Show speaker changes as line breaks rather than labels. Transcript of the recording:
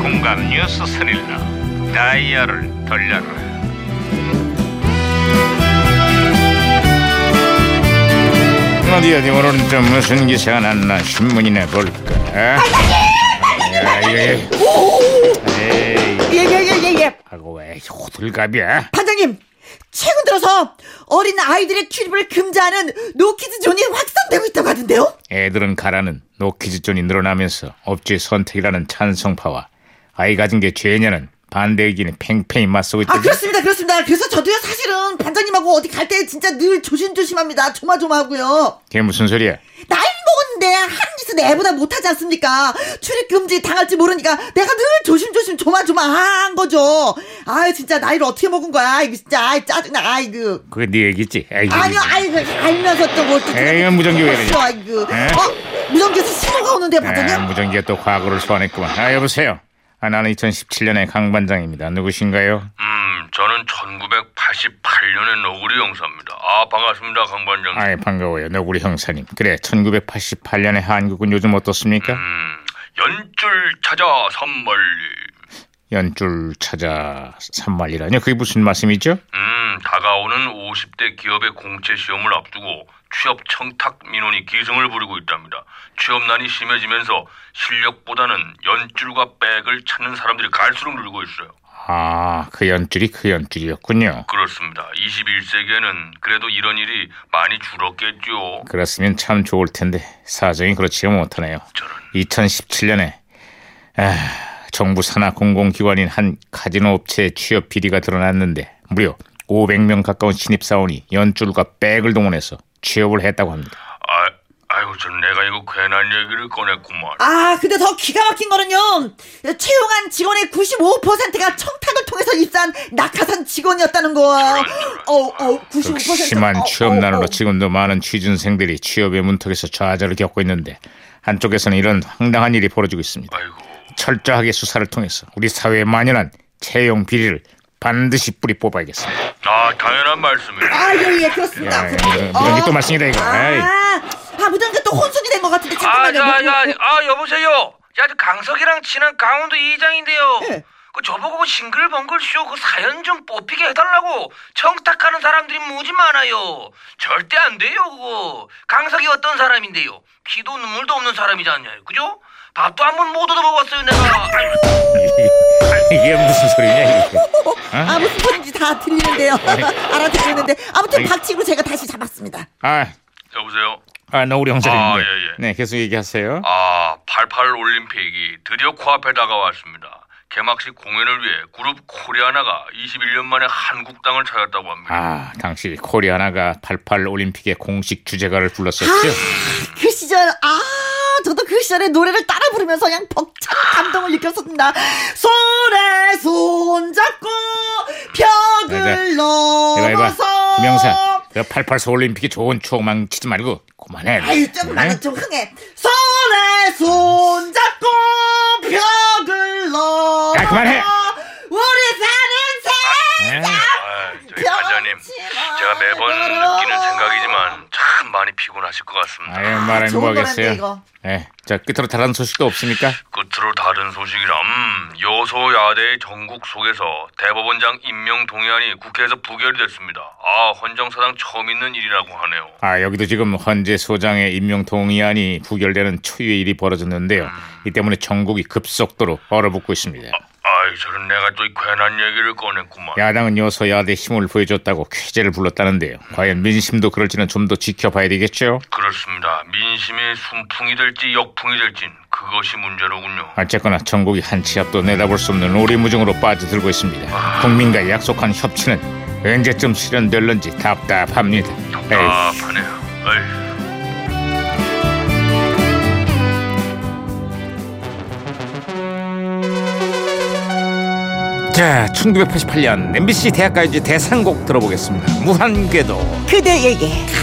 공감 뉴스 스릴러 다이얼을 돌려라 어디 어디 오늘은 또 무슨 기사가 났나 신문이나 볼까 어? 예, 반장님 반장님
예예예예 예, 예.
하고 왜 호들갑이야
반장님 최근 들어서 어린 아이들의 출입을 금지하는 노키즈 존이 확산되고 있다고 하던데요?
애들은 가라는 노키즈존이 늘어나면서 업주의 선택이라는 찬성파와 아이 가진 게 죄냐는 반대 의견이 팽팽히 맞서고 있다
아 그렇습니다 그렇습니다 그래서 저도요 사실은 반장님하고 어디 갈 때 진짜 늘 조심조심합니다 조마조마하고요
그게 무슨 소리야
나이 먹었는데 하는 짓은 애보다 못하지 않습니까? 출입 금지 당할지 모르니까 내가 늘 조심조심 조마조마한 거죠. 아유 진짜 나이를 어떻게 먹은 거야? 이거 진짜 아이, 짜증나. 아이고.
그게 네 얘기지 아이고,
아니요, 아이고 알면서 또뭘 또.
에이, 이건 무전기 왜 그러냐?
아이고.
에?
어? 무전기에서 신호가 오는데
아,
반장님?
무전기가 또 과거를 소환했구만. 아 여보세요. 아 나는 2017년의 강 반장입니다. 누구신가요?
음, 저는 1988년의 너구리 형사입니다. 아, 반갑습니다, 강 반장님.
아이 반가워요. 너구리 형사님. 그래 1988년의 한국은 요즘 어떻습니까?
음, 연줄 찾아 산멀리.
연줄 찾아 산말이라뇨. 그게 무슨 말씀이죠?
음, 다가오는 50대 기업의 공채 시험을 앞두고 취업 청탁 민원이 기승을 부리고 있답니다. 취업난이 심해지면서 실력보다는 연줄과 백을 찾는 사람들이 갈수록 늘고 있어요.
아, 그 연줄이 그 연줄이었군요.
그렇습니다. 21세기에는 그래도 이런 일이 많이 줄었겠죠.
그렇으면 참 좋을 텐데 사정이 그렇지가 못하네요. 2017년에 아, 정부 산하 공공기관인 한 카지노 업체의 취업 비리가 드러났는데 무려 500명 가까운 신입사원이 연줄과 백을 동원해서 취업을 했다고 합니다.
아, 아이고, 전 내가 이거 괜한 얘기를 꺼냈구만.
아, 근데 더 기가 막힌 거는요. 채용한 직원의 95%가 청탁을 통해서 입사한 낙하산 직원이었다는 거야. 어, 어, 95%.
극심한
어, 어,
취업난으로
어.
지금도 많은 취준생들이 취업의 문턱에서 좌절을 겪고 있는데 한쪽에서는 이런 황당한 일이 벌어지고 있습니다.
아이고.
철저하게 수사를 통해서 우리 사회에 만연한 채용 비리를 반드시 뿌리 뽑아야겠습니다.
아 당연한 말씀이에요.
아, 예, 예, 그렇습니다.
야, 무전기 또 말씀이다 이거. 에이.
아, 아, 무전기 또 혼선이 된 것 같은데 잠깐만요.
아야야
뭐,
아,
뭐,
여보세요. 야 저 강석이랑 친한 강원도 이장인데요.
예.
그 저보고 그 싱글벙글 쇼그 사연 좀 뽑히게 해달라고 청탁하는 사람들이 무지 많아요. 절대 안 돼요 그거. 강석이 어떤 사람인데요? 피도 눈물도 없는 사람이잖아요. 그죠? 밥도 한 번 못 얻어먹었어요 내가. 아이고.
이게 무슨 소리냐 이게.
아, 무슨 소리인지 다 들리는데요. 알아듣겠는데 아무튼
아니.
박치고 제가 다시 잡았습니다.
아,
여보세요.
아 너구리
아,
형사님.
예, 예.
네, 계속 얘기하세요.
아, 88 올림픽이 드디어 코앞에 다가왔습니다. 개막식 공연을 위해 그룹 코리아나가 21년 만에 한국 땅을 찾았다고 합니다.
아, 당시 코리아나가 88 올림픽의 공식 주제가를 불렀었죠.
그 시절 아 저도 그 시절에 노래를 따라 부르면서 그냥 벅찬 감동을 느꼈었습니다. 손에 손잡고
자,
벽을
내가 해봐.
아, 넘어서
네. 김영사, 그 88서 올림픽이 좋은 추억만 치지 말고 그만해.
아유 좀 많이
네?
좀 흥해. 손에 손잡고 벽을 넘어
야, 그만해.
우리 사는 새
네?
아, 저희 반장님, 제가 매번 느끼는 생각이지만 참 많이 피곤하실 것 같습니다.
아유, 말하면
좋은
뭐
노래인데,
하겠어요.
이거.
네, 자 끝으로 다른 소식도 없습니까?
끝으로 다른 소식이라 음, 여소야대의 전국 속에서 대법원장 임명 동의안이 국회에서 부결이 됐습니다. 아, 헌정사상 처음 있는 일이라고 하네요.
아 여기도 지금 헌재 소장의 임명 동의안이 부결되는 초유의 일이 벌어졌는데요. 이 때문에 전국이 급속도로 얼어붙고 있습니다.
아이, 저는 내가 또 이 괜한 얘기를 꺼냈구만.
야당은 여서야대 힘을 보여줬다고 쾌재를 불렀다는데요. 과연 민심도 그럴지는 좀 더 지켜봐야 되겠죠.
그렇습니다. 민심의 순풍이 될지 역풍이 될진 그것이 문제로군요.
어쨌거나 전국이 한치 앞도 내다볼 수 없는 오리무중으로 빠져들고 있습니다. 국민과 약속한 협치는 언제쯤 실현될는지 답답합니다. 에이.
답답하네요. 에이.
자, 1988년 MBC 대학가요제 대상곡 들어보겠습니다. 무한궤도.
그대에게